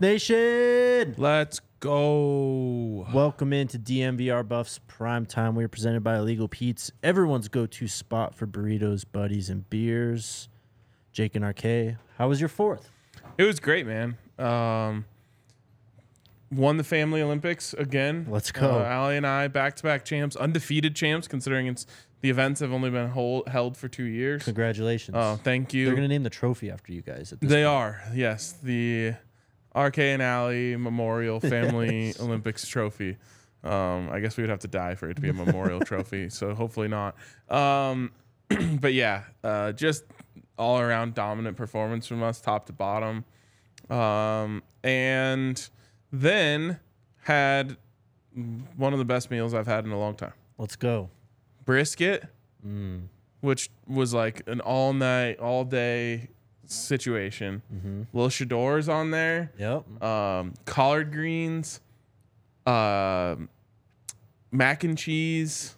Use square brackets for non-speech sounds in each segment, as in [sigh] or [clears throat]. Nation. Let's go. Welcome into DMVR Buffs Prime Time. We are presented by Illegal Pete's, everyone's go-to spot for burritos, buddies, and beers. Jake and RK, how was your fourth? It was great, man. Um, won the Family Olympics again. Let's go. Uh, Allie and I, back to back champs, undefeated champs, considering it's the events have only been hold, held for two years. Congratulations. Oh, thank you. They're gonna name the trophy after you guys. At this They are, yes. The RK and Alley Memorial Family Olympics Trophy. Um, I guess we would have to die for it to be a memorial trophy, so hopefully not. Um, [clears throat] but yeah, uh, just all around dominant performance from us, top to bottom. Um, and then had one of the best meals I've had in a long time Let's go. brisket, which was like an all night, all day situation. Little Shador's on there, Yep. um, collard greens, um mac and cheese,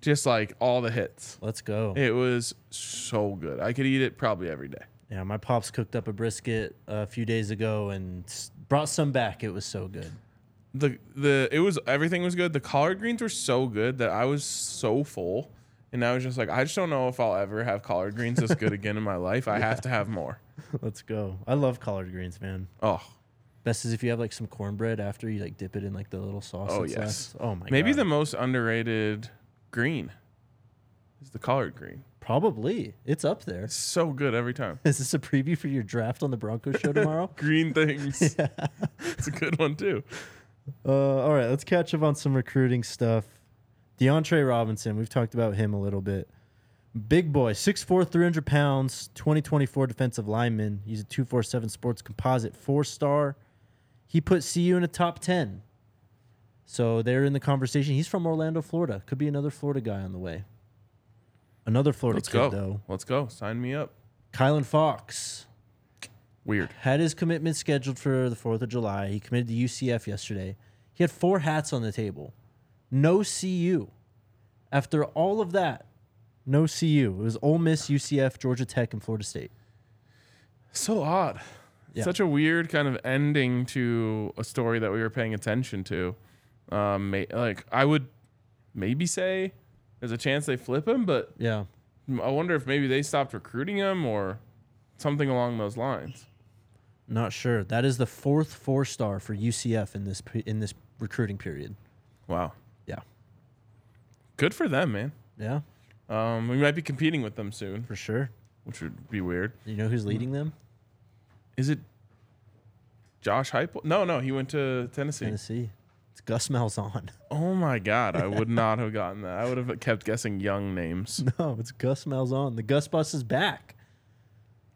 just like all the hits. Let's go. It was so good. I could eat it probably every day. Yeah, my pops cooked up a brisket a few days ago and s- brought some back. It was so [laughs] good. the the it was everything was good. The collard greens were so good that I was so full, and I was just like, I just don't know if I'll ever have collard greens this good again in my life. I have to have more. Let's go. I love collard greens, man. Oh, Best is if you have like some cornbread after you like dip it in like the little sauce. Oh, that's yes. left. Oh my. maybe the God. most underrated green is the collard green. probably it's up there. [laughs] It's so good every time. Is this a preview for your draft on the Broncos show tomorrow? Green things. It's a good one too. [laughs] Uh, all right, let's catch up on some recruiting stuff. DeAndre Robinson, we've talked about him a little bit. Big boy, 6'4, 300 pounds, 2024 defensive lineman. He's a 247 sports composite, four star. He put CU in a top 10. So they're in the conversation. He's from Orlando, Florida. Could be another Florida guy on the way. Another Florida Let's kid, go. though. Let's go. Sign me up. Kylan Fox, Weird. had his commitment scheduled for the 4th of July. He committed to UCF yesterday. He had four hats on the table. No CU. After all of that, no CU. It was Ole Miss, UCF, Georgia Tech, and Florida State. So odd. Yeah. Such a weird kind of ending to a story that we were paying attention to. Um, ma- like I would maybe say there's a chance they flip him, but Yeah. I wonder if maybe they stopped recruiting him or something along those lines. Not sure. That is the fourth four star for UCF in this pe- in this recruiting period. Wow. Yeah. Good for them, man. Yeah, Um, we might be competing with them soon, for sure. which would be weird. You know who's leading them? Is it Josh Heupel? No, no, he went to Tennessee. Tennessee. It's Gus Malzahn. [laughs] Oh my God, I would not have gotten that. I would have kept guessing young names. No, it's Gus Malzahn. The Gus bus is back.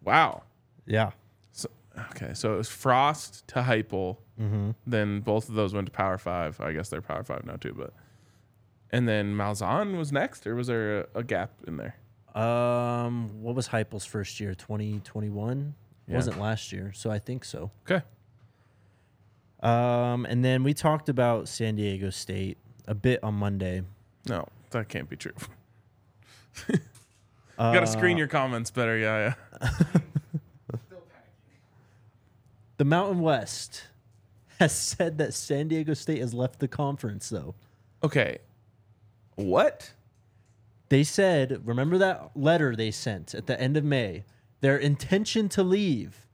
Wow. Yeah. So, okay, so it was Frost to Heupel. Then both of those went to Power Five. I guess they're Power Five now too, but and then Malzahn was next, or was there a, a gap in there? Um, what was Heupel's first year? Twenty twenty one. Yeah. Wasn't last year, so I think so. Okay, Um, and then we talked about San Diego State a bit on Monday. no, that can't be true. [laughs] you gotta screen your comments better, yeah, yeah. The Mountain West [laughs] has said that San Diego State has left the conference, though. Okay, what? They said, remember that letter they sent at the end of May? Their intention to leave.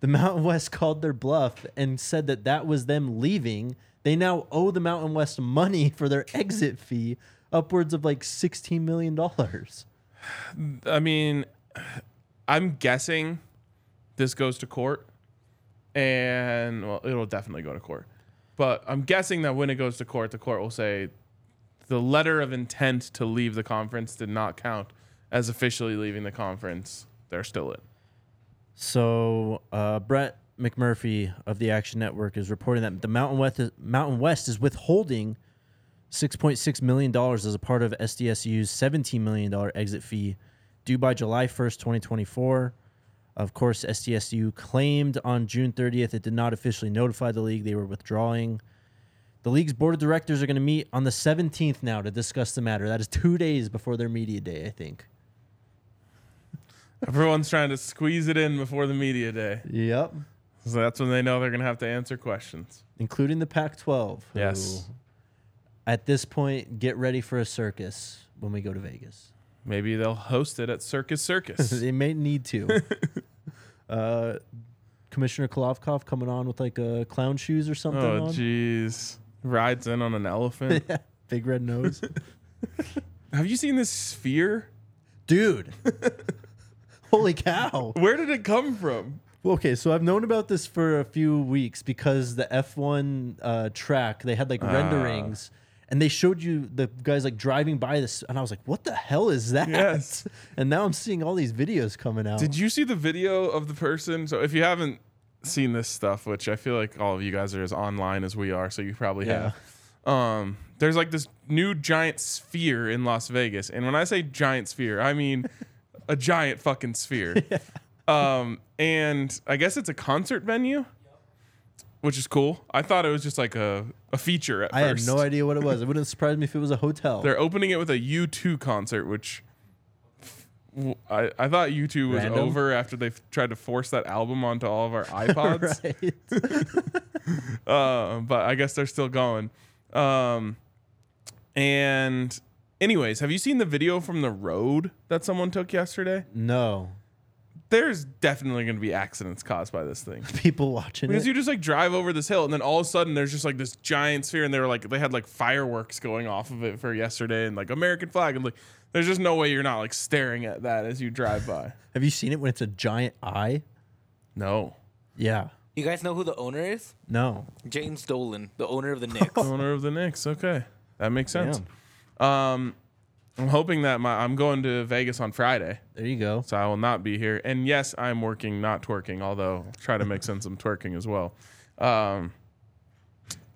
The Mountain [laughs] West called their bluff and said that that was them leaving. They now owe the Mountain West money [laughs] for their exit fee, upwards of like $16 million. I mean, I'm guessing this goes to court, and well, it'll definitely go to court. But I'm guessing that when it goes to court, the court will say the letter of intent to leave the conference did not count as officially leaving the conference. They're still in. So, uh, Brett McMurphy of the Action Network is reporting that the Mountain West is, Mountain West is withholding $6.6 million as a part of SDSU's $17 million exit fee due by July 1st, 2024. Of course, SDSU claimed on June 30th it did not officially notify the league they were withdrawing. The league's board of directors are going to meet on the 17th now to discuss the matter. That is two days before their media day, I think. Everyone's trying to squeeze it in before the media day. Yep. So that's when they know they're gonna have to answer questions. including the Pac-12. who, Yes. At this point, get ready for a circus when we go to [laughs] Vegas. Maybe they'll host it at Circus [laughs] Circus. they may need [laughs] to. uh, Commissioner Kolovkov coming on with like a clown shoes or something. oh on. jeez. Rides in on an elephant. Big red nose, [laughs] have you seen this sphere? dude. Holy cow! Where did it come from? Okay, so I've known about this for a few weeks because the F1 uh, track they had like renderings, Ah. and they showed you the guys like driving by this, and I was like, "What the hell is that?" Yes. [laughs] And now I'm seeing all these videos coming out. Did you see the video of the person? So if you haven't seen this stuff, which I feel like all of you guys are as online as we are, so you probably Yeah. have. Um, there's like this new giant sphere in Las Vegas, and when I say giant sphere, I mean a giant fucking [laughs] sphere. Um, and I guess it's a concert venue, which is cool. I thought it was just like a, a feature at I had first. no idea what it was. It wouldn't surprise me if it was a hotel. [laughs] They're opening it with a U2 concert, which w- I, I thought U2 was Random. over after they f- tried to force that album onto [laughs] all of our iPods. right? uh, but I guess they're still going. Um, and, anyways, have you seen the video from the road that someone took yesterday? No, There's definitely going to be accidents caused by this thing. people watching Because it. you just like drive over this hill, and then all of a sudden there's just like this giant sphere, and they were like they had like fireworks going off of it for yesterday, and like American flag, and like there's just no way you're not like staring at that as you drive by. Have you seen it when it's a giant eye? No, Yeah. You guys know who the owner is? No. James Dolan, the owner [laughs] of the Knicks. owner of the Knicks. Okay, that makes sense. Um, I'm hoping that my I'm going to Vegas on Friday, There you go. so I will not be here. And yes, I'm working, not twerking. Although I'll try to mix in some twerking as well. Um,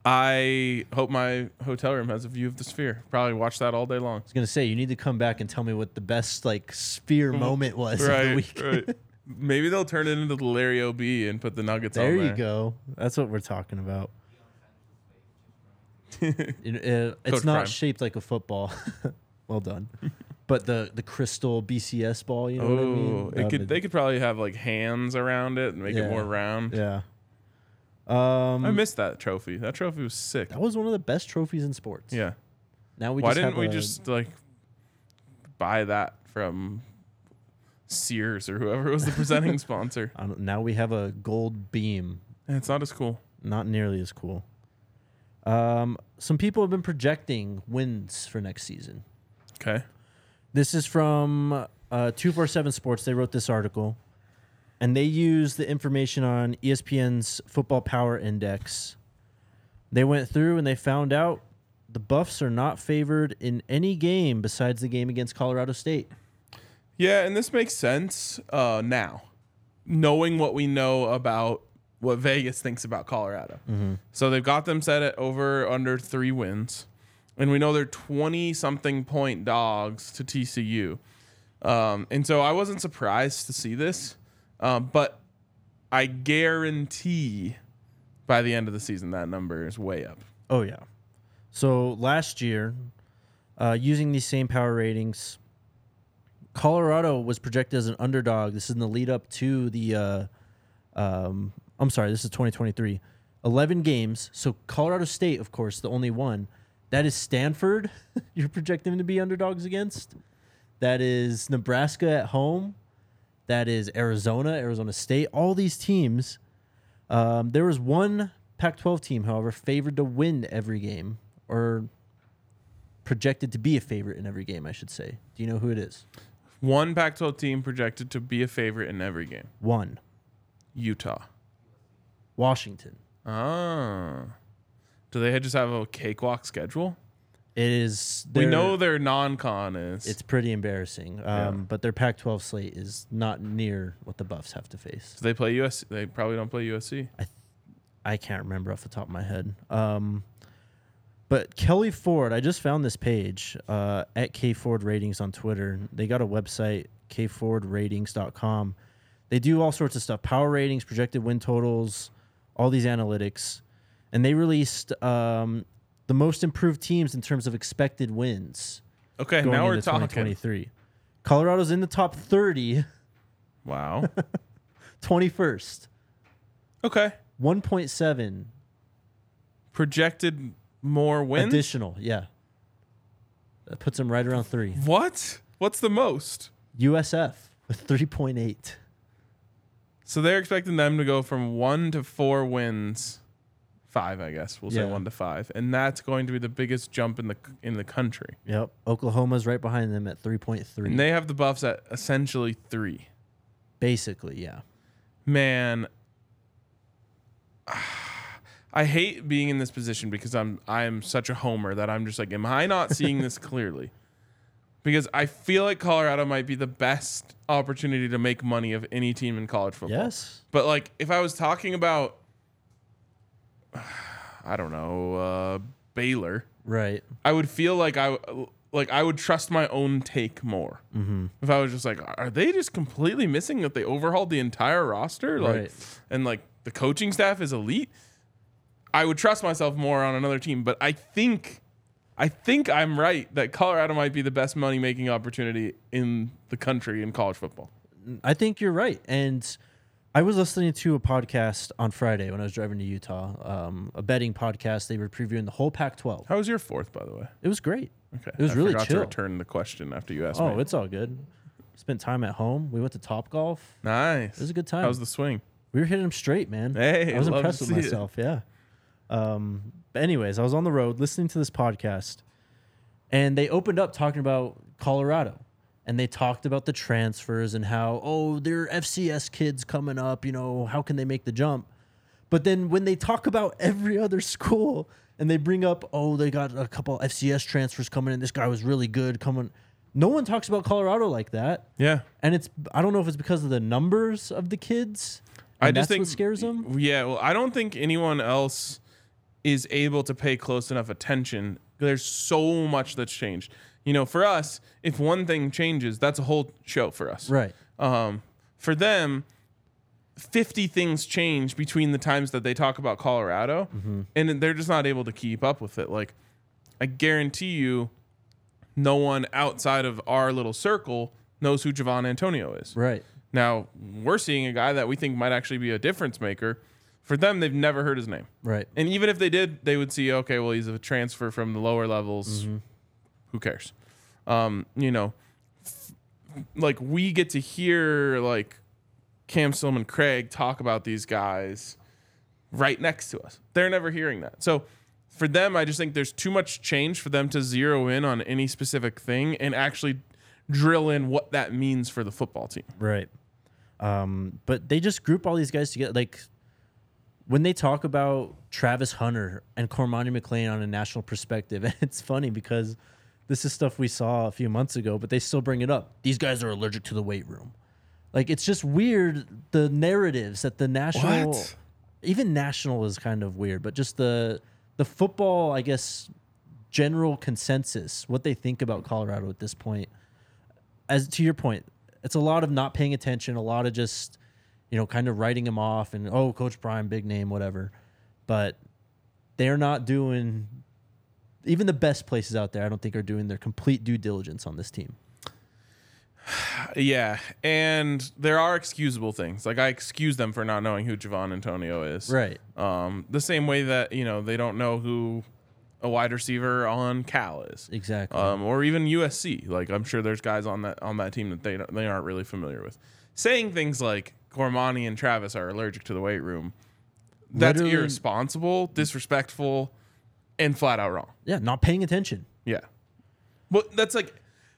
I hope my hotel room has a view of the sphere. Probably watch that all day long. I was gonna say you need to come back and tell me what the best like sphere moment was of the Mm. right, week. right. Maybe they'll turn it into the Larry O B and put the Nuggets on There there. you go. That's what we're talking [laughs] about. It- it- uh, it's Coach not Prime. shaped like a football. [laughs] well [laughs] done. But the the crystal BCS ball, you know what I Oh, mean? it Um, could. They could probably have like hands around it and make Yeah. it more round. yeah. Um, I missed that trophy. That trophy was sick. that was one of the best trophies in sports. Yeah. Now we Why just have didn't we a- just like buy that from Sears or whoever was the [laughs] presenting sponsor? I don't, now we have a gold beam. It's not as cool. Not nearly as cool. Um, some people have been projecting wins for next season. Okay. This is from uh, 247 Sports. They wrote this article, and they use the information on E ESPN's Football Power Index. They went through and they found out the Buffs are not favored in any game besides the game against Colorado State. Yeah, and this makes sense uh, now, knowing what we know about what Vegas thinks about Colorado. So they've got them set at over under three wins, and we know they're twenty something point dogs to TCU. Um, and so I wasn't surprised to see this, uh, but I guarantee by the end of the season that number is way up. Oh yeah. So last year, uh, using these same power ratings, Colorado was projected as an underdog. This is in the lead up to the. Uh, um, I'm sorry, this is 2023. 11 games. So Colorado State, of course, the only one. That is Stanford. [laughs] You're projecting them to be underdogs against. That is Nebraska at home. That is Arizona, Arizona State. All these teams. Um, there was one Pac-12 team, however, favored to win every game, or projected to be a favorite in every game. I should say. Do you know who it is? One Pac-12 team projected to be a favorite in every game: One, Utah. Washington. Ah. Do they just have a cakewalk schedule? It is. We their- know their non-con is. it's pretty embarrassing. Um, But their Pac-12 slate is not near what the Buffs have to face. Do they play USC? They probably don't play USC. I can't remember off the top of my head. Um, but Kelly Ford, I just found this page uh, at K Ford Ratings on Twitter. They got a website, kfordratings.com. They do all sorts of stuff power ratings, projected win totals, all these analytics. And they released um, the most improved teams in terms of expected wins Okay, going now we're into talking. 2023. Colorado's [laughs] in the top 30, Wow. 21st. Okay. 1.7 Projected more wins. additional. Yeah. That puts them right around three. what? What's the most? USF with 3.8. So they're expecting them to go from one to four wins, five, I guess we'll Yeah. say one to five, and that's going to be the biggest jump in the in the country. Yep. Oklahoma's right behind them at 3.3. And they have the Buffs at essentially three. Basically, yeah. Man, [sighs] I hate being in this position because I'm I'm such a homer that I'm just like, am I not seeing this clearly? [laughs] Because I feel like Colorado might be the best opportunity to make money of any team in college football. Yes. But like, if I was talking about, [sighs] I don't know, uh, Baylor, Right. I would feel like I like I would trust my own take more. Mm-hmm. If I was just like, are they just completely missing that they overhauled the entire roster, like, Right. and like the coaching staff is elite? I would trust myself more on another team, but I think. I think I'm right that Colorado might be the best money making opportunity in the country in college football. I think you're right. And I was listening to a podcast on Friday when I was driving to Utah, um, a betting podcast. They were previewing the whole Pac 12. How was your fourth, by the way? It was great. Okay. It was I really forgot chill. to return the question after you asked Oh, me. it's all good. Spent time at home. We went to Top Golf. nice. It was a good time. How's the swing? we were hitting them straight, man. Hey, I was love to impressed with see it. myself. Yeah. Um, but anyways, I was on the road listening to this podcast, and they opened up talking about Colorado, and they talked about the transfers and how oh they're FCS kids coming up. You know how can they make the jump? But then when they talk about every other school and they bring up oh they got a couple FCS transfers coming in, this guy was really good coming. No one talks about Colorado like that. Yeah. And it's I don't know if it's because of the numbers of the kids. I and just that's think what scares them. Yeah, well, I don't think anyone else is able to pay close enough attention. There's so much that's changed. You know, for us, if one thing changes, that's a whole show for us. Right. Um, for them, 50 things change between the times that they talk about Colorado, Mm-hmm. and they're just not able to keep up with it. Like, I guarantee you, no one outside of our little circle knows who Javon Antonio is. Right. Now, we're seeing a guy that we think might actually be a difference maker. For them, they've never heard his name. Right. And even if they did, they would see, okay, well, he's a transfer from the lower levels. Who cares? Um, you know, f- like we get to hear like Cam Stillman, Craig talk about these guys right next to us. They're never hearing that. So for them, I just think there's too much change for them to zero in on any specific thing and actually drill in what that means for the football team. Right. Um, but they just group all these guys together. Like when they talk about Travis Hunter and Cormani McLean on a national perspective, [laughs] and it's funny because this is stuff we saw a few months ago, but they still bring it up. These guys are allergic to the weight room. Like it's just weird the narratives that the national What? even national is kind of weird, but just the the football, I guess, general consensus, what they think about Colorado at this point. As to your point, it's a lot of not paying attention, a lot of just, you know, kind of writing him off and oh, Coach Prime, big name, whatever. But they're not doing even the best places out there, I don't think are doing their complete due diligence on this team. Yeah, and there are excusable things. Like I excuse them for not knowing who Javon Antonio is. Right. Um, the same way that you know they don't know who a wide receiver on Cal is, Exactly. um, or even USC. Like I'm sure there's guys on that on that team that they don't, they aren't really familiar with. Saying things like Gormani and Travis are allergic to the weight room, that's Literally- irresponsible, disrespectful, and flat out wrong. yeah, not paying attention. Yeah. But that's like,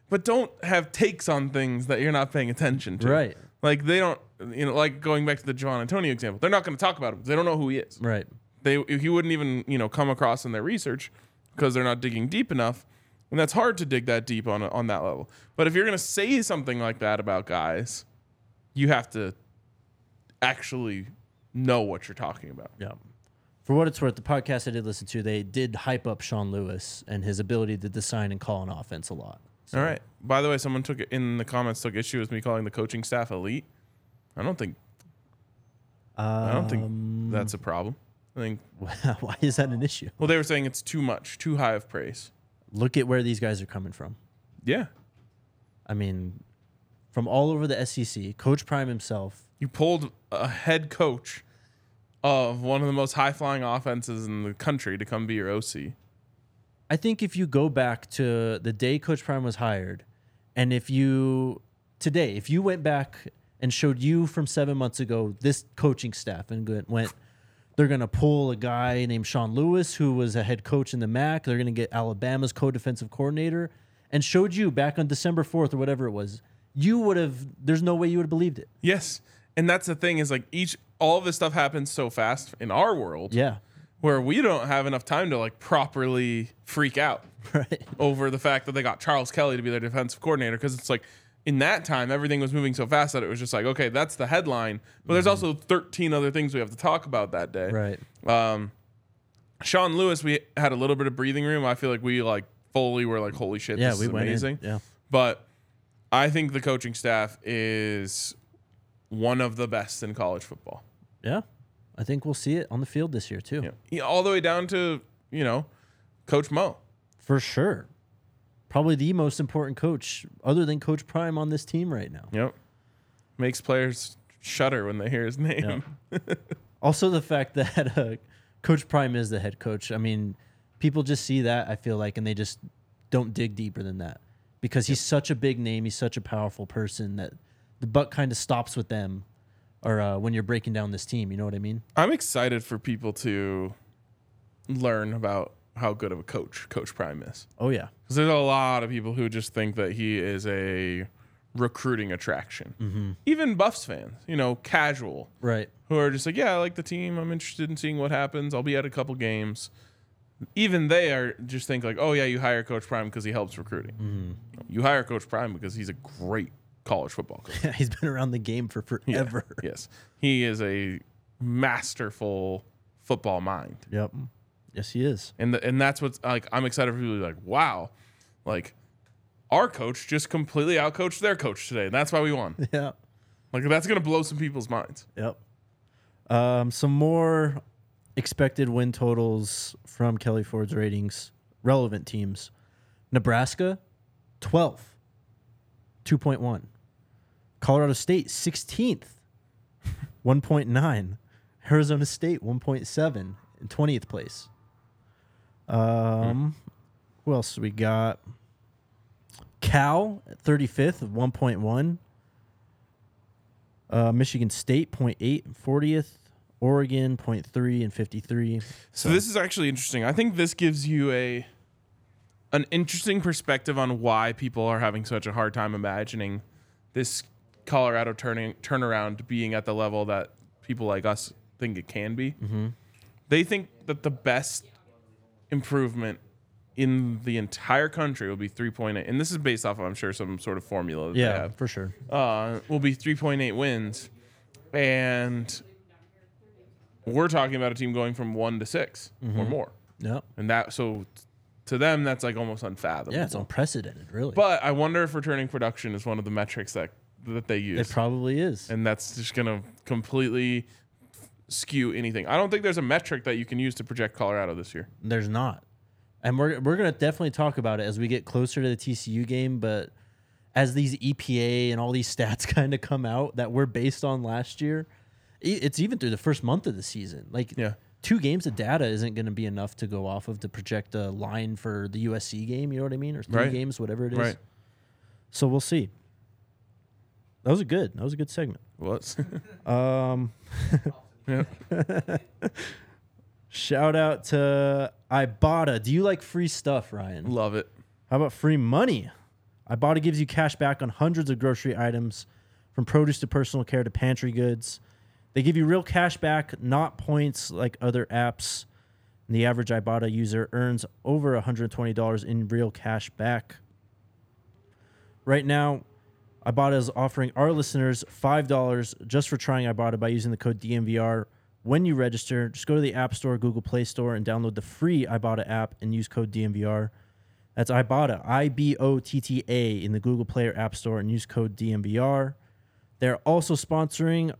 but don't have takes on things that you're not paying attention to. Right. Like they don't, you know, like going back to the John Antonio example, they're not going to talk about him. 'cause They don't know who he is. Right. They he wouldn't even you know come across in their research because they're not digging deep enough, and that's hard to dig that deep on on that level. But if you're going to say something like that about guys, you have to actually know what you're talking about. Yeah. For what it's worth, the podcast I did listen to, they did hype up Sean Lewis and his ability to design and call an offense a lot. So, [laughs] All right. By the way, someone took it in the comments took issue with me calling the coaching staff elite. I don't think I don't think that's a problem. I think Why is that an issue? well they were saying it's too much, too high of praise. Look at where these guys are coming from. Yeah. I mean, E from all over the SEC, Coach Prime himself. You pulled a head coach of one of the most high flying offenses in the country to come be your OC. I think if you go back to the day Coach Prime was hired, and if you today, if you went back and showed you from seven months ago this coaching staff and go- went, they're going to pull a guy named Sean Lewis, who was a head coach in the MAC. They're going to get Alabama's co defensive coordinator, and showed you back on December 4th or whatever it was, you would have, there's no way you would have believed it. Yes. And that's the thing is like each all of this stuff happens so fast in our world Yeah. where we don't have enough time to like properly freak out [laughs] Right. over the fact that they got Charles Kelly to be their defensive coordinator because it's like in that time everything was moving so fast that it was just like okay that's the headline but there's also 13 other things we have to talk about that day Mm-hmm. Right. um, Sean Lewis, we had a little bit of breathing room. I feel like we like fully were like, holy shit, Yeah. this we is went in. amazing. Yeah. But I think the coaching staff is one of the best in college football. Yeah. I think we'll see it on the field this year, too. Yeah. Yeah, all the way down to you know, Coach Mo. For sure. Probably the most important coach other than Coach Prime on this team right now. Yep, makes players shudder when they hear his [laughs] name. Also, the fact [laughs] that uh, Coach Prime is the head coach. I mean, people just see that, I feel like, and they just don't dig deeper than that because he's such a big name. He's such a powerful person that the buck kind of stops with them or uh, when you're breaking down this team. You know what I mean? I'm excited for people to learn about how good of a coach Coach Prime is. Oh, yeah. Because there's a lot of people who just think that he is a recruiting attraction. Even Buffs fans, you know, casual, Right. [laughs] who are just like, yeah, I like the team. I'm interested in seeing what happens. I'll be at a couple games. Even they are just think like, oh yeah, you hire Coach Prime because he helps recruiting. You hire Coach Prime because he's a great college [laughs] football coach. he's been around the game for forever. yes, he is a masterful football mind. Yep. Yes, he is. And the, and that's what's like I'm excited for people to be like, wow, like our coach just completely outcoached their coach today. And that's why we won. [laughs] Yeah. Like that's gonna blow some people's minds. Yep. Um, some more expected win totals from Kelly Ford's ratings, relevant teams. Nebraska, 12, 2.1. Colorado State, 16th, [laughs] 1.9. Arizona State, 1.7, in 20th place. Um, Who else we got? Cal, 35th, 1.1. Uh, Michigan State 0.8 and 40th, Oregon 0.3 and 53. So this is actually interesting. I think this gives you a an interesting perspective on why people are having such a hard time imagining this Colorado turning turnaround being at the level that people like us think it can be. They think that the best improvement in the entire country will be 3.8, and this is based off of I'm sure some sort of formula. That they Yeah, have for sure. uh, will be 3.8 wins, and we're talking about a team going from one to 6 or Mm-hmm. more, Yep. and that so to them that's like almost unfathomable. Yeah, it's unprecedented, really. but I wonder if returning production is one of the metrics that that they use, it probably is. and that's just gonna completely skew anything. I don't think there's a metric that you can use to project Colorado this year. There's not. And we're, we're going to definitely talk about it as we get closer to the TCU game. But as these EPA and all these [laughs] stats kind of come out that were based on last year, i- it's even through the first month of the season. Like, Yeah. two games of data isn't going to be enough to go off of to project a line for the USC game. You know what I mean? Or three Right. games, whatever it is. Right. So we'll see. That was a good. That was a good segment. What? Um, yeah. shout out to Ibotta. Do you like free stuff, Ryan? [laughs] Love it. How about free money? Ibotta gives you cash back on hundreds of grocery items, from produce to personal care to pantry goods. They give you real cash back, not points like other apps. And the average Ibotta user earns over $120 in real cash back. Right now, Ibotta is offering our listeners $5 just for trying Ibotta by using the code DMVR when you register. Just go to the App Store, Google Play Store, and download the free Ibotta app and use code DMVR. That's Ibotta, I B O T T A, in the Google Play or App Store and use code DMVR. They're also sponsoring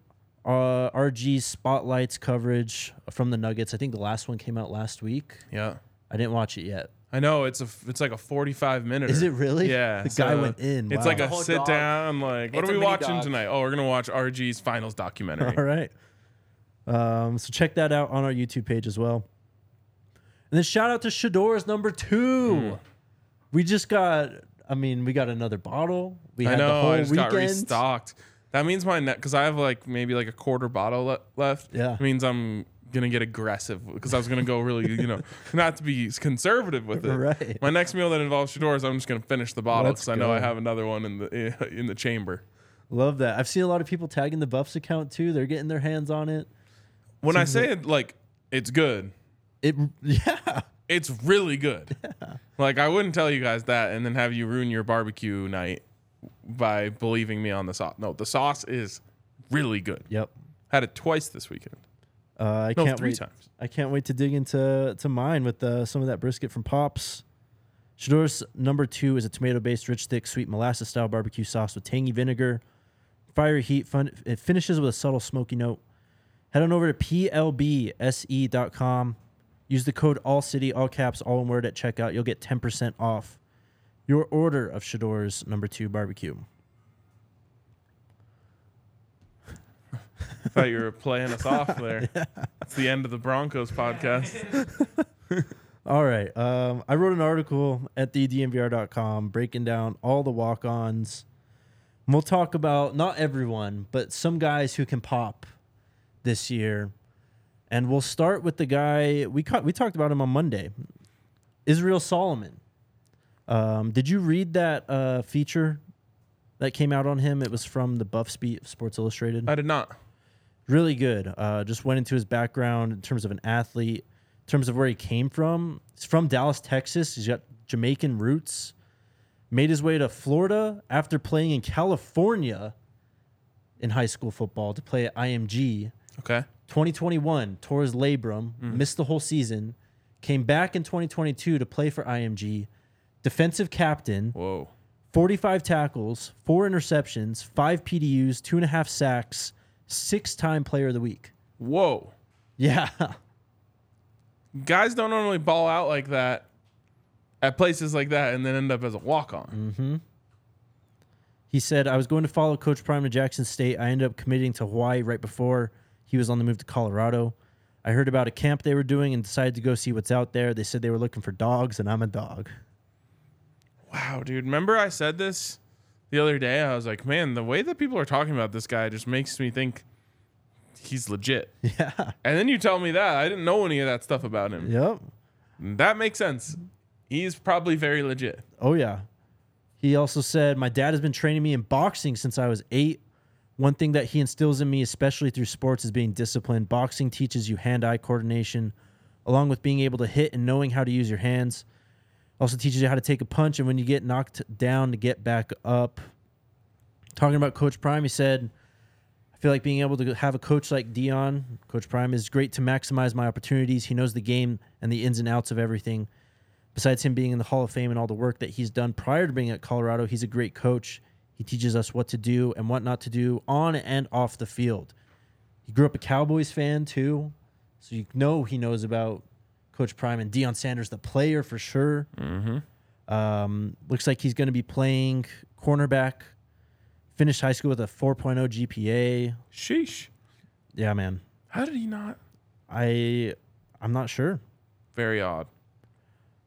uh, RG's Spotlights coverage from the Nuggets. I think the last one came out last week. Yeah. I didn't watch it yet. I know it's a f- it's like a 45 minute. Is it really? Yeah. The guy went in. It's Wow. like The a whole sit dog. down like what It's are a we mini watching [laughs] dog. tonight? Oh, we're going to watch RG's finals documentary. All right. Um, so check that out on our YouTube page as well. And then shout out to Shador's number two. Hmm. We just got, I mean, we got another bottle. We I had the know. whole I just weekend. got restocked. That means my net because I have like maybe like a quarter bottle le- left. Yeah. it means I'm gonna get aggressive because I was gonna go really you know [laughs] not to be conservative with it. Right. My next meal that involves Shador's, I'm just gonna finish the bottle Let's because I know I go. have another one in the [laughs] in the chamber. Love that. I've seen a lot of people tagging the Buffs account too. They're getting their hands on it. When I say it, like it's good, It [laughs] yeah. it's [laughs] really good. Like I wouldn't tell you guys that and then have you ruin your barbecue night by believing me on the sauce. No, the sauce is really good. Yep. Had it twice this weekend. Uh, I No, can't three wait. times. I can't wait to dig into to mine with uh, some of that brisket from Pops. Shador's number two is a tomato-based, rich, thick, sweet molasses style barbecue sauce with tangy vinegar, fiery heat. Fun. It finishes with a subtle smoky note. Head on over to plbse.com. E Use the code all city, all caps, all one word at checkout. You'll get ten percent off your order of Shador's number two barbecue. thought [laughs] you were playing us off there. It's the end of the Broncos podcast. All right. Um, I wrote an article at thednvr.com breaking down all the walk ons. We'll talk about not everyone, but some guys who can pop this year. And we'll start with the guy we ca- we talked about him on Monday, Israel Solomon. Um, did you read that uh, feature that came out on him? It was from the Buffs beat of Sports Illustrated I did not. really good. Uh, just went into his background in terms of an athlete, in terms of where he came from. He's from Dallas, Texas. He's got Jamaican roots. Made his way to Florida after playing in California in high school football to play at IMG. Okay. 2021, Torres labrum, missed the whole season. Came back in 2022 to play for IMG, defensive captain. Whoa. 45 tackles, four interceptions, five PDUs, two and a half sacks, six time player of the week. Whoa. Yeah. [laughs] Guys don't normally ball out like that at places like that and then end up as a walk on. He said, I was going to follow Coach Prime to Jackson State. I ended up committing to Hawaii right before he was on the move to Colorado. I heard about a camp they were doing and decided to go see what's out there. They said they were looking for dogs, and I'm a dog. [laughs] Wow, dude. Remember I said this the other day? I was like, man, the way that people are talking about this guy just makes me think he's legit. Yeah. And then you tell me that. I didn't know any of that stuff about him. Yep. That makes sense. He's probably very legit. Oh, yeah. He also said, My dad has been training me in boxing since I was eight. One thing that he instills in me, especially through sports, is being disciplined. Boxing teaches you hand eye coordination, along with being able to hit and knowing how to use your hands. Also teaches you how to take a punch and when you get knocked down to get back up. Talking about Coach Prime, he said, I feel like being able to have a coach like Dion, Coach Prime, is great to maximize my opportunities. He knows the game and the ins and outs of everything besides him being in the Hall of Fame and all the work that he's done prior to being at Colorado, he's a great coach. He teaches us what to do and what not to do on and off the field. He grew up a Cowboys fan too, so you know he knows about Coach Prime and Deion Sanders, the player for sure. Um, looks like he's going to be playing cornerback. Finished high school with a 4.0 GPA. Sheesh. Yeah, man. How did he not? I I'm not sure. [laughs] Very odd.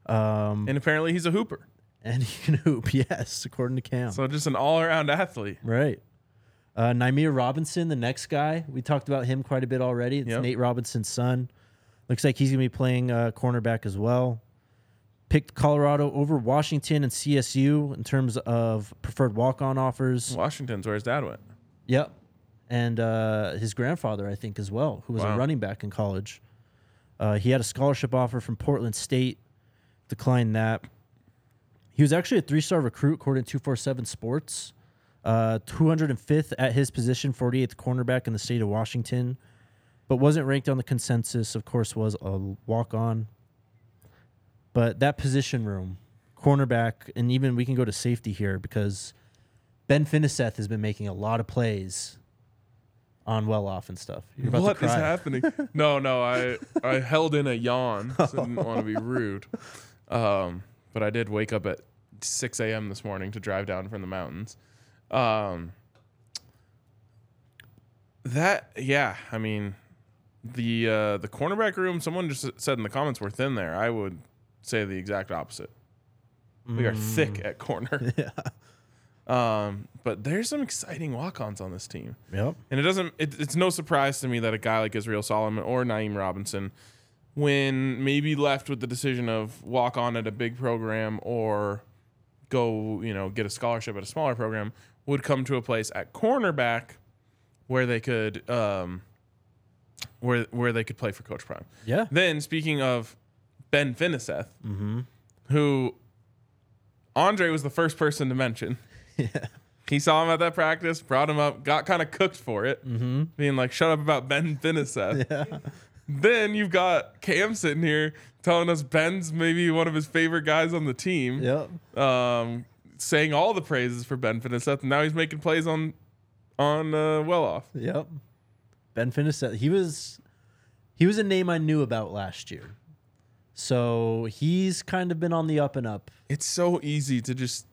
Um, And apparently he's a hooper. and he can hoop. Yes, according to Cam. So just an all-around athlete. Right. Uh, Nymir Robinson, the next guy. We talked about him quite a bit already. It's Yep. Nate Robinson's son. Looks like he's going to be playing uh, cornerback as well. Picked Colorado over Washington and CSU in terms of preferred walk on offers. Washington's where his dad went. Yep. And uh, his grandfather, I think, as well, who was Wow. a running back in college. Uh, he had a scholarship offer from Portland State, declined that. He was actually a three star recruit, according to 247 Sports. Uh, 205th at his position, 48th cornerback in the state of Washington, but wasn't ranked on the consensus, of course, was a walk on. But that position room, cornerback, and even we can go to safety here because Ben Finiseth has been making a lot of plays on well off and stuff. You're about What to is cry. happening? [laughs] no, no, I I held in a yawn. 'cause I didn't want [laughs] to be rude, um, but I did wake up at 6 a.m. this morning to drive down from the mountains. Um, that yeah, I mean, the uh, the cornerback room. Someone just said in the comments we're thin there. I would say the exact opposite. We are thick at [laughs] corner. Yeah. Um, but there's some exciting walk-ons on this team. Yep. And it doesn't. It, it's no surprise to me that a guy like Israel Solomon or Naeem Robinson, when maybe left with the decision of walk on at a big program or go, you know, get a scholarship at a smaller program, would come to a place at cornerback where they could, um, where where they could play for Coach Prime. Yeah. Then speaking of Ben Finiseth, Mm-hmm. who Andre was the first person to mention. [laughs] Yeah. He saw him at that practice, brought him up, got kind of cooked for it, Mm-hmm. being like, "Shut up about Ben [laughs] Finiseth." Then you've got Cam sitting here telling us Ben's maybe one of his favorite guys on the team, Yep. um, saying all the praises for Ben Finiseth, and now he's making plays on on uh, well off. Yep. Ben Finnissette. He was he was a name I knew about last year. So he's kind of been on the up and up. It's so easy to just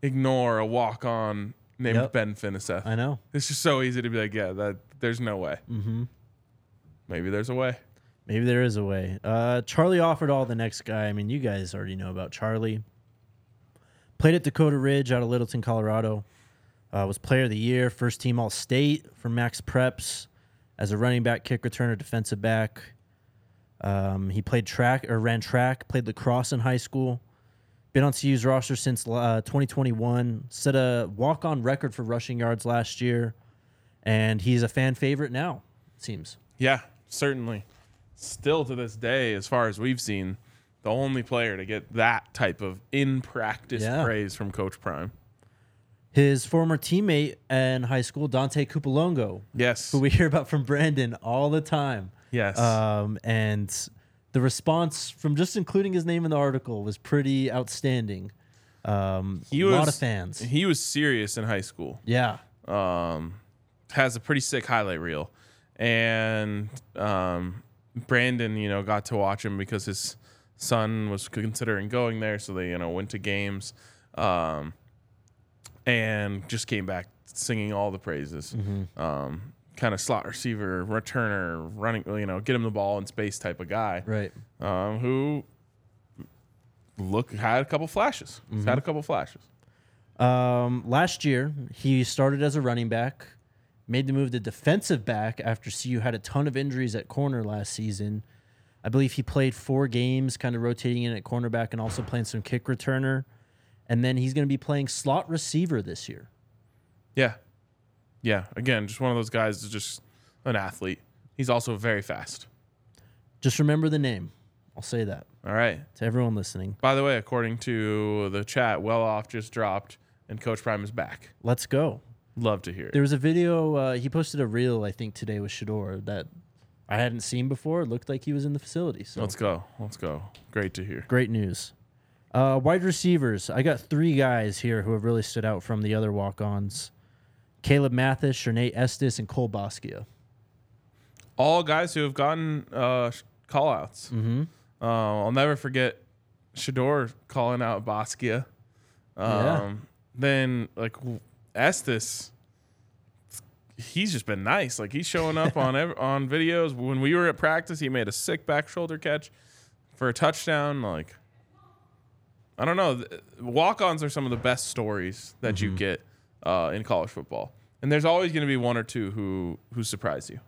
ignore a walk on named Yep. Ben Finiseth. I know. It's just so easy to be like, yeah, that there's no way. Mm-hmm. Maybe there's a way. Maybe there is a way. Uh, Charlie offered all the next guy. I mean, you guys already know about Charlie. Played at Dakota Ridge out of Littleton, Colorado. Uh, was player of the year, first team All State for Max Preps as a running back, kick returner, defensive back. Um, he played track or ran track, played lacrosse in high school. Been on CU's roster since uh, 2021. Set a walk on record for rushing yards last year. And he's a fan favorite now, it seems. Yeah, certainly. Still to this day, as far as we've seen, the only player to get that type of in practice Yeah. praise from Coach Prime. His former teammate in high school, Dante Cupolongo, Yes. who we [laughs] hear about from Brandon all the time. yes. Um, and the response from just including his name in the article was pretty outstanding. Um, He a lot of was- fans. he was serious in high school. Yeah. um, has a pretty sick highlight reel, and um, Brandon, you know, got to watch him because his son was considering going there, so they you know went to games, um, and just came back singing all the praises. Um, kind of slot receiver, returner, running, you know, get him the ball in space type of guy Right. um, who look had a couple flashes, had a couple flashes. Um, last year, he started as a running back, made the move to defensive back after CU had a ton of injuries at corner last season. I believe he played four games, kind of rotating in at cornerback and also playing some kick returner. And then he's going to be playing slot receiver this year. Yeah. Yeah. Again, just one of those guys is just an athlete. He's also very fast. Just remember the name. I'll say that All right. to everyone listening. By the way, according to the chat, well off just dropped and Coach Prime is back. Let's go. Love to hear it. There was a video. Uh, he posted a reel, I think, today with Shador that I hadn't seen before. It looked like he was in the facility. So Let's go. Let's go. Great to hear. Great news. Uh, wide receivers. I got three guys here who have really stood out from the other walk-ons: Caleb Mathis, Shernay Estes, and Cole Boskia. All guys who have gotten uh, sh- call outs. Mm-hmm. Uh, I'll never forget Shador calling out Basquiat. Um, Yeah. Then, like, w- Estes, he's just been nice. Like, he's showing up on ev- on videos. When we were at practice, he made a sick back shoulder catch for a touchdown. Like, I don't know. Walk ons are some of the best stories that you get uh, in college football. And there's always going to be one or two who who surprise you.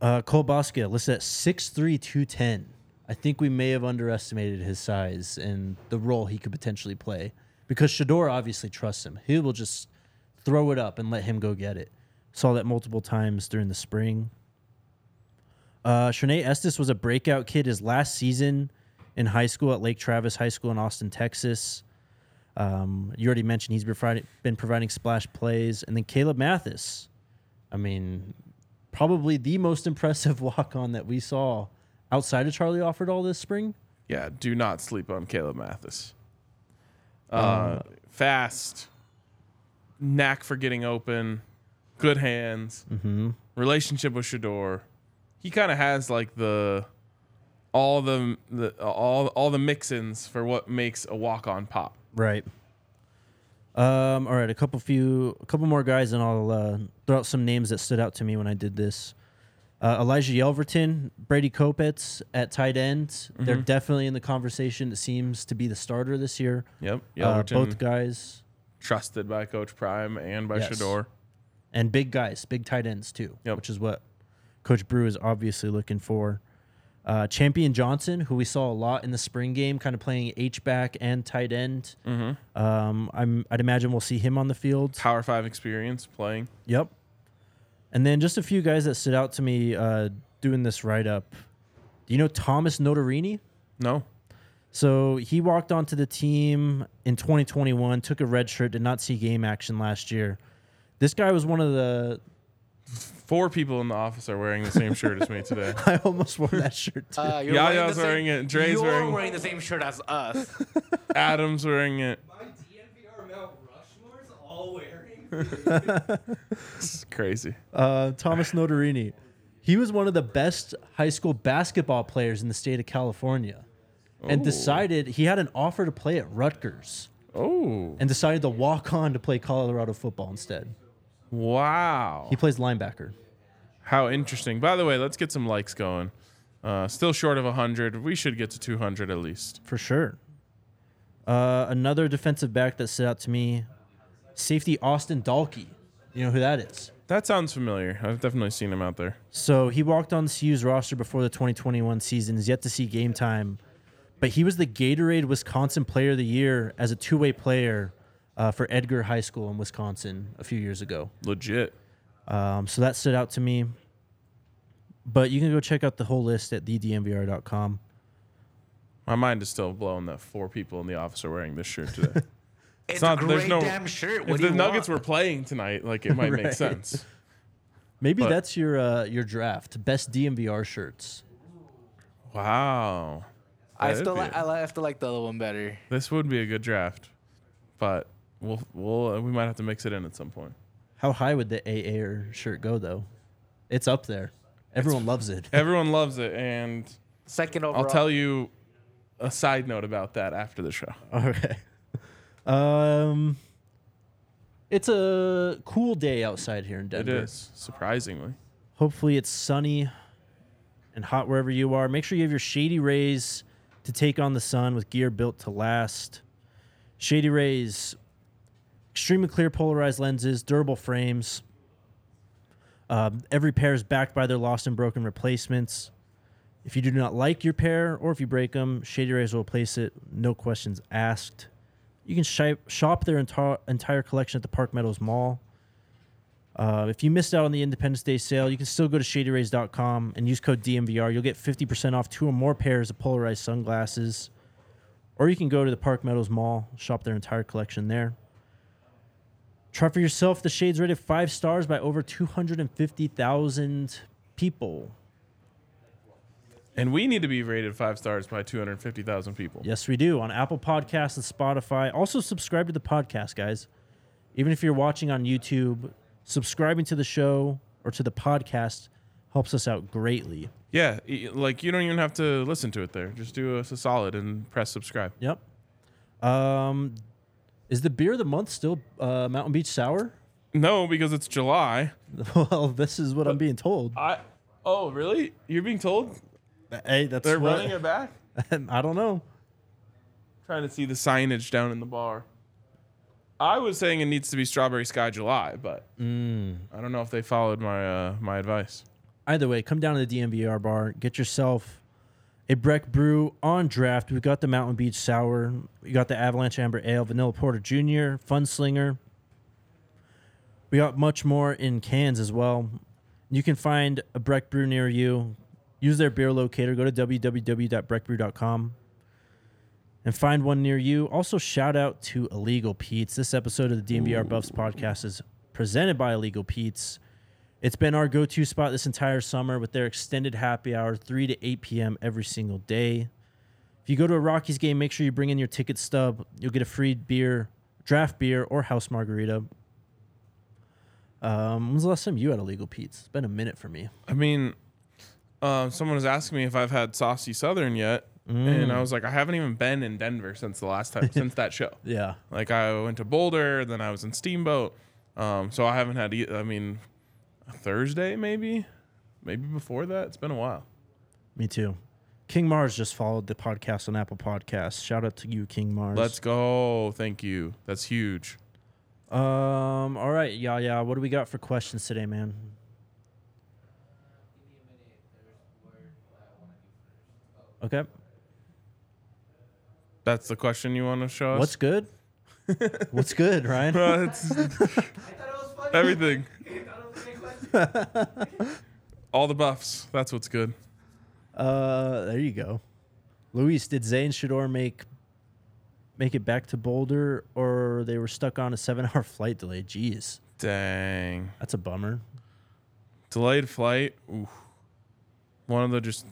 Uh, Cole Boskia listed at 6'3", 210. I think we may have underestimated his size and the role he could potentially play because Shador obviously trusts him. He will just throw it up and let him go get it. Saw that multiple times during the spring. Uh, Shanae Estes was a breakout kid his last season in high school at Lake Travis High School in Austin, Texas. Um, you already mentioned he's been providing, been providing splash plays. And then Caleb Mathis. I mean, probably the most impressive [laughs] walk on that we saw outside of Charlie Offered all this spring. Yeah, do not sleep on Caleb Mathis. Uh, Um, fast, knack for getting open, good hands, Mm-hmm. relationship with Shador. He kind of has like the all the, the all all the mix-ins for what makes a walk-on pop. Right. Um, all right, a couple few, a couple more guys, and I'll uh, throw out some names that stood out to me when I did this. Uh, Elijah Yelverton, Brady Kopetz at tight end. They're definitely in the conversation. It seems to be the starter this year. Yep. Yeah. Uh, both guys trusted by Coach Prime and by Yes. Shador. and big guys, big tight ends too, Yep. which is what Coach Brew is obviously looking for. Uh, Champion Johnson, who we saw a lot in the spring game, kind of playing H back and tight end. Um, I'm, I'd imagine we'll see him on the field. Power five experience playing. Yep. And then just a few guys that stood out to me uh, doing this write up. Do you know Thomas Notarini? No. So he walked onto the team in 2021, took a red shirt, did not see game action last year. This guy was one of the. [laughs] Four people in the office are wearing the same shirt as me [laughs] today. I almost wore that shirt too. Uh, you're Yaya's wearing it, Dre's you're wearing- the same shirt as [laughs] us. Adam's wearing it. My DNVR Mount Rushmore's all wearing. It's crazy. uh, Thomas Notarini. He was one of the best high school basketball players in the state of California and Ooh. decided he had an offer to play at Rutgers Oh. and decided to walk on to play Colorado football instead. Wow. He plays linebacker. How interesting. By the way, let's get some likes going. Uh, still short of 100. We should get to 200 at least. For sure. Uh, another defensive back that stood out to me, safety Austin Dalkey. You know who that is? That sounds familiar. I've definitely seen him out there. So he walked on CU's roster before the 2021 season, is yet to see game time, but he was the Gatorade Wisconsin Player of the Year as a two way player uh, for Edgar High School in Wisconsin a few years ago. Legit. Um, so that stood out to me. But you can go check out the whole list at thedmvr.com. My mind is still blown that four people in the office are wearing this shirt today. It's not- a there's great no- damn shirt. [laughs] What if do the you Nuggets want? were playing tonight, like it might [laughs] make Right. sense. Maybe But- that's your uh, your draft best DMVR shirts. Wow. I That'd still be- like, I li- I still like the other one better. This would be a good draft, but we'll we'll uh, we might have to mix it in at some point. How high would the AA or shirt go though? It's up there. Everyone loves it. Everyone loves it, and Second overall. I'll tell you a side note about that after the show. Okay. Um, it's a cool day outside here in It Denver. is surprisingly. Hopefully, it's sunny and hot wherever you are. Make sure you have your shady rays to take on the sun with gear built to last. Shady rays, extremely clear polarized lenses, durable frames. Um, every pair is backed by their lost and broken replacements. If you do not like your pair or if you break them, Shady Rays will replace it, no questions asked. You can shi- shop their entire entire collection at the Park Meadows Mall. Uh, if you missed out on the Independence Day sale, you can still go to shadyrays.com and use code DMVR. You'll get 50% off two or more pairs of polarized sunglasses. Or you can go to the Park Meadows Mall, shop their entire collection there. Try for yourself the shades rated five stars by over 250,000 people. And we need to be rated five stars by 250,000 people. Yes, we do on Apple Podcasts and Spotify. Also, subscribe to the podcast, guys. Even if you're watching on YouTube, subscribing to the show or to the podcast helps us out greatly. Yeah, y- like you don't even have to listen to it there. Just do us a solid and press subscribe. Yep. Um, is the beer of the month still uh, Mountain Beach Sour? [laughs] No, because it's July. well, this is what I'm being told. I Oh, really? You're being told Hey, that's they're what, running it back? [laughs] I don't know. Trying to see the signage down in the bar. I was saying it needs to be Strawberry Sky July, but I don't know if they followed my uh, my advice. Either way, come down to the DMVR bar, get yourself a Breck Brew on draft. We've got the Mountain Beach Sour, we got the Avalanche Amber Ale, Vanilla Porter Jr., Fun Slinger. We got much more in cans as well. You can find a Breck Brew near you. Use their beer locator. Go to www.breckbrew.com and find one near you. Also, shout out to Illegal Pete's. This episode of the DMVR Buffs podcast is presented by Illegal Pete's. It's been our go to spot this entire summer with their extended happy hour, 3 to 8 p.m. every single day. If you go to a Rockies game, make sure you bring in your ticket stub. You'll get a free beer, draft beer, or house margarita. Um, when's the last time you had illegal Pete's? It's been a minute for me. I mean, uh, someone was asking me if I've had Saucy Southern yet, and I was like, I haven't even been in Denver since the last time since [laughs] that show. Yeah. Like I went to Boulder, then I was in Steamboat. Um, so I haven't had. E- I mean, Thursday maybe, maybe before that. It's been a while. Me too. King Mars just followed the podcast on Apple Podcasts. Shout out to you, King Mars. Let's go. Thank you. That's huge. Um. All right, yeah, yeah. What do we got for questions today, man? Okay. That's the question you want to show us. What's [laughs] good? What's good, Ryan? Bro, [laughs] it's I thought it was funny. everything. I thought it was a good question. All the buffs. That's what's good. Uh, there you go. Luis, did Zane Shador make make it back to Boulder, or they were stuck on a [laughs] seven-hour flight delay? Jeez, Dang. that's a bummer. Delayed flight. Ooh. One of the just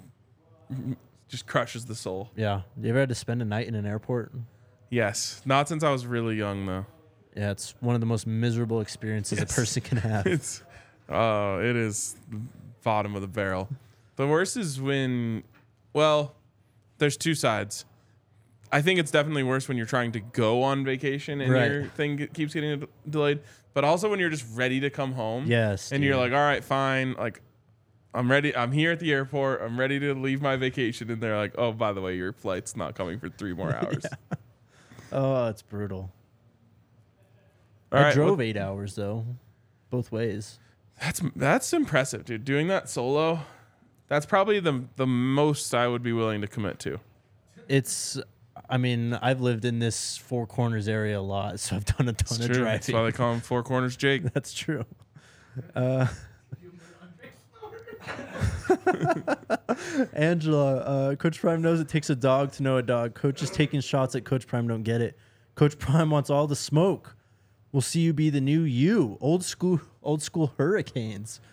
just crushes the soul. Yeah. You ever had to spend a night in an airport? Yes. Not since I was really young though. Yeah, it's one of the most miserable experiences a Yes. person can have. [laughs] It's oh, it is bottom of the barrel. The worst is when well, there's two sides. I think it's definitely worse when you're trying to go on vacation and Right. your thing ge- keeps getting d- delayed, but also when you're just ready to come home. Yes, And you're dude. like, "All right, fine. Like I'm ready. I'm here at the airport. I'm ready to leave my vacation." And they're like, "Oh, by the way, your flight's not coming for [laughs] 3 more hours." [laughs] Oh, it's brutal. All I right, drove well, eight hours though, both ways. That's that's impressive, dude. Doing that solo, that's probably the the most I would be willing to commit to. It's, I mean, I've lived in this Four Corners area a lot, [laughs] so I've done a ton It's of true. That's driving. why they call him Four Corners [laughs] Jake. That's true. Uh, Angela, uh, Coach Prime knows it takes a dog to know a dog. Coach is taking shots at Coach Prime. Don't get it. Coach Prime wants all the smoke. We'll see you be the new you, old school, old school Hurricanes. [laughs]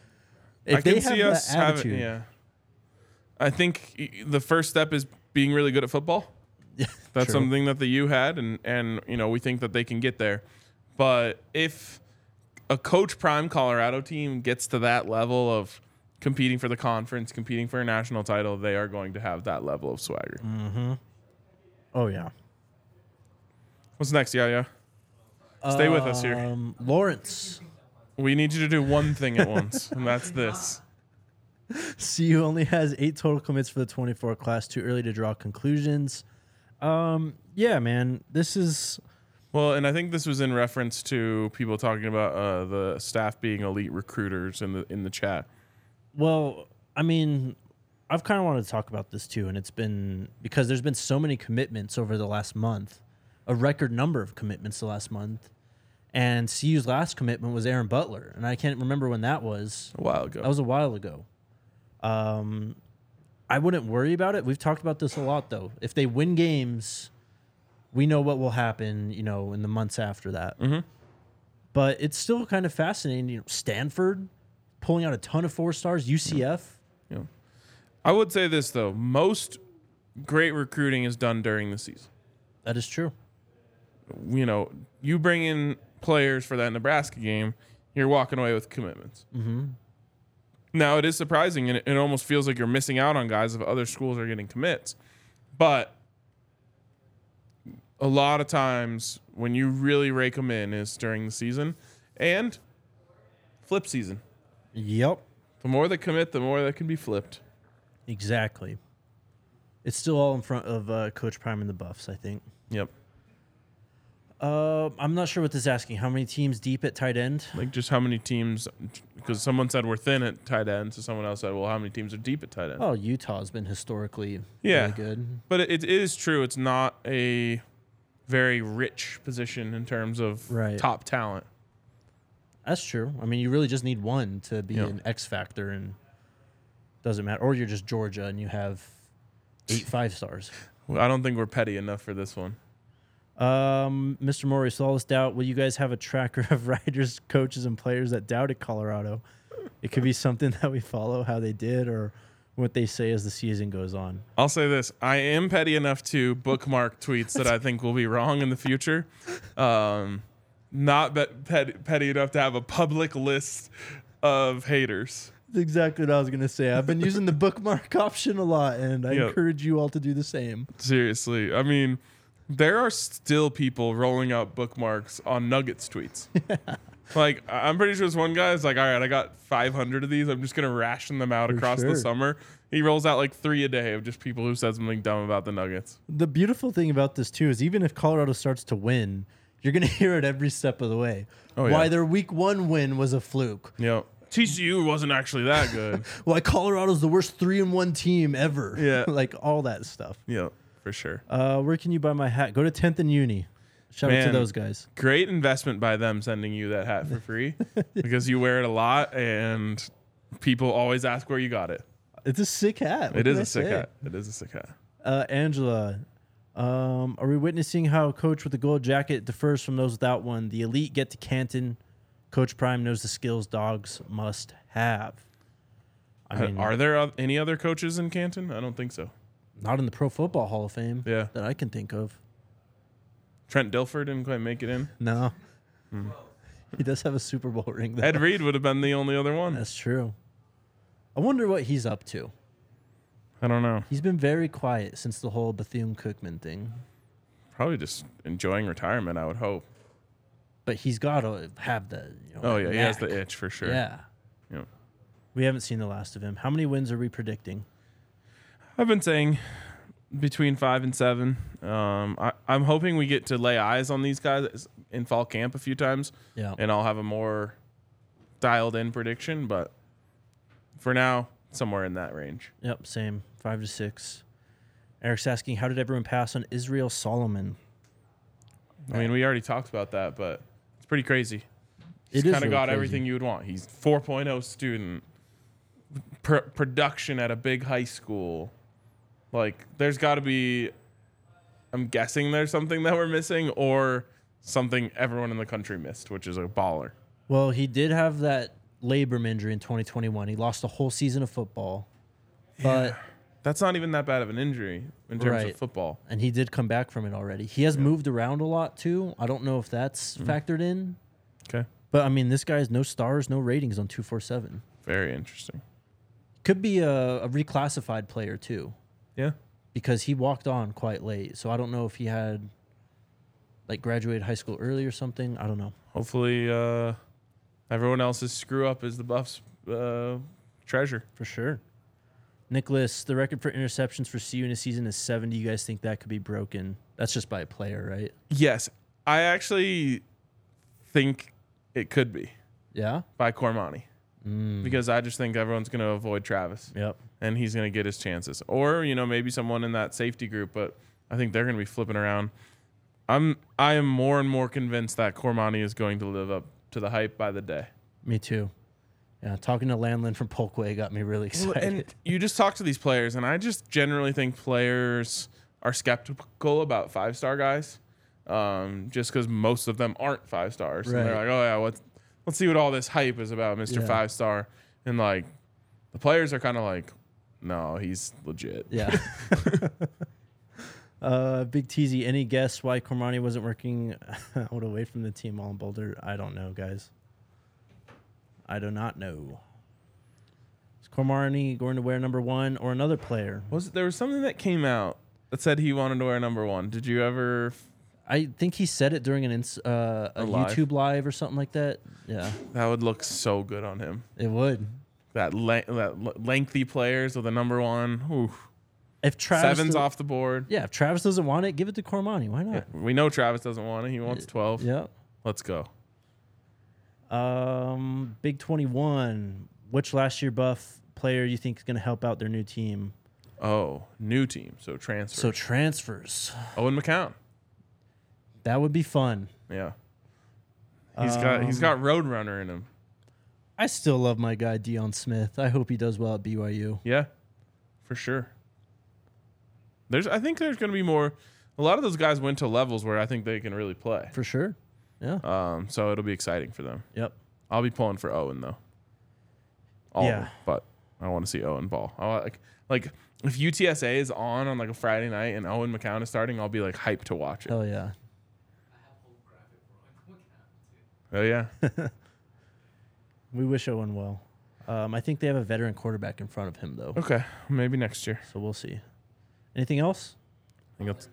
If I can they have see that us attitude, having. Yeah. I think y- the first step is being really good [laughs] at football. That's True. something that the U had, and and you know we think that they can get there, but if a coach prime Colorado team gets to that level of competing for the conference, competing for a national title, they are going to have that level of swagger. Oh yeah. What's next, Yaya? Stay with us here. Um, Lawrence, We need you to do one thing at once, and that's this. CU only has eight total commits for the 24 class. Too early to draw conclusions. Um, yeah, man, this is Well, and I think this was in reference to people talking about uh, the staff being elite recruiters in the in the chat. well. I mean, I've kind of wanted to talk about this too, and it's been because there's been so many commitments over the last month, a record number of commitments the last month, and CU's last commitment was Aaron Butler, and I can't remember when that was. A while ago, That was a while ago. Um, I wouldn't worry about it. We've talked about this a lot, though. If they win games, we know what will happen, you know, in the months after that. But it's still kind of fascinating. You know, Stanford pulling out a ton of four stars, UCF. I would say this though: most great recruiting is done during the season. That is true. You know, you bring in players for that Nebraska game, you're walking away with commitments. Mm-hmm. Now it is surprising, and it, it almost feels like you're missing out on guys if other schools are getting commits. But a lot of times when you really rake them in is during the season and flip season. Yep. The more they commit, the more that can be flipped. Exactly. It's still all in front of uh, Coach Prime and the Buffs, I think. Yep. Uh, I'm not sure what this is asking. How many teams deep at tight end? Like just how many teams, because someone said we're thin at tight end, so someone else said, well, how many teams are deep at tight end? Oh, Utah's been historically Yeah. really good. But it, it is true. It's not a very rich position in terms of Right. top talent. That's true. I mean, you really just need one to be Yeah. an X factor, and doesn't matter. Or you're just Georgia and you have eight five [laughs] stars. Well, I don't think we're petty enough for this one. Um, Mr. Maury, solace doubt. Will you guys have a tracker of [laughs] riders, coaches, and players that doubted Colorado? It could be something that we follow how they did or what they say as the season goes on. I'll say this: I am petty enough to bookmark [laughs] tweets that I think will be wrong in the future. Um, not be- pet- petty enough to have a public list of haters. That's exactly what I was gonna say. I've been using the bookmark [laughs] option a lot, and I Yeah. encourage you all to do the same. Seriously, I mean, [laughs] there are still people rolling out bookmarks on Nuggets tweets. Like I- I'm pretty sure this one guy is like, all right, I got 500 of these. I'm just gonna ration them out across sure. the summer. He rolls out like three a day of just people who said something dumb about the Nuggets. The beautiful thing about this too is even if Colorado starts to win, you're gonna [laughs] hear it every step of the way. Oh, yeah. Why their week one win was a fluke. Yep. TCU wasn't actually [laughs] that good. Why Colorado's the worst three and one team ever. Yeah. [laughs] like all that stuff. yep, for sure. Uh, where can you buy my hat? Go to tenth and uni. Shout out Man. to those guys. Great investment by them sending you that [laughs] hat for free because you wear it a lot and people always ask where you got it. It's a sick hat. What It can is I a sick say? hat. It is a sick hat. Uh, Angela, um, are we witnessing how coach with the gold jacket differs from those without one? The elite get to Canton. Coach Prime knows the skills dogs must have. I mean, Are there oth- any other coaches in Canton? I don't think so. not in the Pro Football Hall of Fame Yeah. that I can think of. Trent Dilfer didn't quite make it in. No. Hmm. He does have a Super Bowl ring, though. Ed [laughs] Reed would have been the only other one. That's true. I wonder what he's up to. I don't know. He's been very quiet since the whole Bethune Cookman thing, Probably just enjoying retirement, I would hope. but he's got to have the. You know, Oh, yeah. He has knack. the itch for sure. Yeah. Yeah. We haven't seen the last of him. How many wins are we predicting? I've been saying between five and seven. Um, I, I'm hoping we get to lay eyes on these guys in fall camp a few times, Yeah. and I'll have a more dialed in prediction. But for now, somewhere in that range. Yep, same. Five to six. Eric's asking, how did everyone pass on Israel Solomon? I mean, we already talked about that, but it's pretty crazy. It He's is kind of really got crazy. everything you would want. He's 4.0 student, pr- production at a big high school. Like, there's got to be, I'm guessing there's something that we're missing or something everyone in the country missed, which is a baller. Well, he did have that labrum injury in 2021. He lost a whole season of football, but That's not even that bad of an injury in terms Right. of football. and he did come back from it already. He has moved around a lot too. I don't know if that's factored in, Okay. but I mean, this guy has no stars, no ratings on 247. Very interesting. Could be a, a reclassified player too. Yeah. because he walked on quite late. So I don't know if he had like graduated high school early or something. I don't know. Hopefully, uh, everyone else's screw up is the Buffs' uh, treasure. For sure. Nicholas, the record for interceptions for CU in a season is 70. You guys think that could be broken? That's just by a player, right? Yes. I actually think it could be. Yeah. by Cormani because I just think everyone's going to avoid Travis Yep. and he's going to get his chances. Or, you know, maybe someone in that safety group, but I think they're going to be flipping around. I'm I am more and more convinced that Cormani is going to live up to the hype by the day. Me too. Yeah. Talking to Landlin from Polkway got me really excited. And you just talk to these players and I just generally think players are skeptical about five-star guys. Um, just because most of them aren't five stars, and they're Right. like, "Oh yeah, let's let's see what all this hype is about, Mister Yeah. Five Star," and like the players are kind of like, no, he's legit. yeah. [laughs] Uh, Big Teasy, any guess why Cormani wasn't working [laughs] out away from the team all in Boulder? I don't know, guys. I do not know. Is Cormani going to wear number one or another player? Was it, there was something that came out that said he wanted to wear number one? Did you ever? f- I think he said it during an ins- uh, a, A live? YouTube live or something like that. Yeah, That would look so good on him. it would. That le- that l- lengthy players with a number one. Ooh, If Travis sevens do- off the board. yeah, if Travis doesn't want it, give it to Cormani. Why not? We know Travis doesn't want it. He wants twelve. Yeah. Let's go. Um, Big Twenty One. Which last year buff player you think is going to help out their new team? Oh, new team. So transfer. So transfers. Owen McCown. That would be fun. Yeah. He's got Um, he's got Roadrunner in him. I still love my guy Dion Smith. I hope he does well at BYU. Yeah, for sure. There's, I think there's going to be more. A lot of those guys went to levels where I think they can really play. For sure. Uh, Yeah. Um, so it'll be exciting for them. yep. I'll be pulling for Owen though. All Yeah. yeah, but I want to see Owen ball. I wa- like like if UTSA is on on like a Friday night and Owen McCown is starting, I'll be like hyped to watch it. Hell yeah. Oh yeah, We wish Owen well. Um, I think they have a veteran quarterback in front of him though, okay, maybe next year. so we'll see. Anything else? I think that's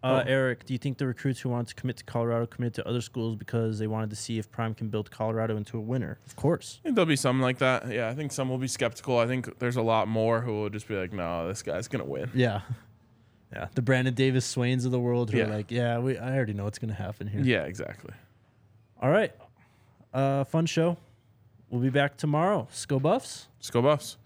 Uh, Eric, do you think the recruits who wanted to commit to Colorado committed to other schools because they wanted to see if Prime can build Colorado into a winner? Of course. I think there'll be some like that. Yeah, I think some will be skeptical. I think there's a lot more who will just be like, "No, this guy's gonna win." Yeah. Yeah. The Brandon Davis Swains of the world who Yeah. are like, yeah, we, I already know what's going to happen here. Yeah, exactly. All right. Uh, fun show. We'll be back tomorrow. Let's go Buffs. Let's go Buffs.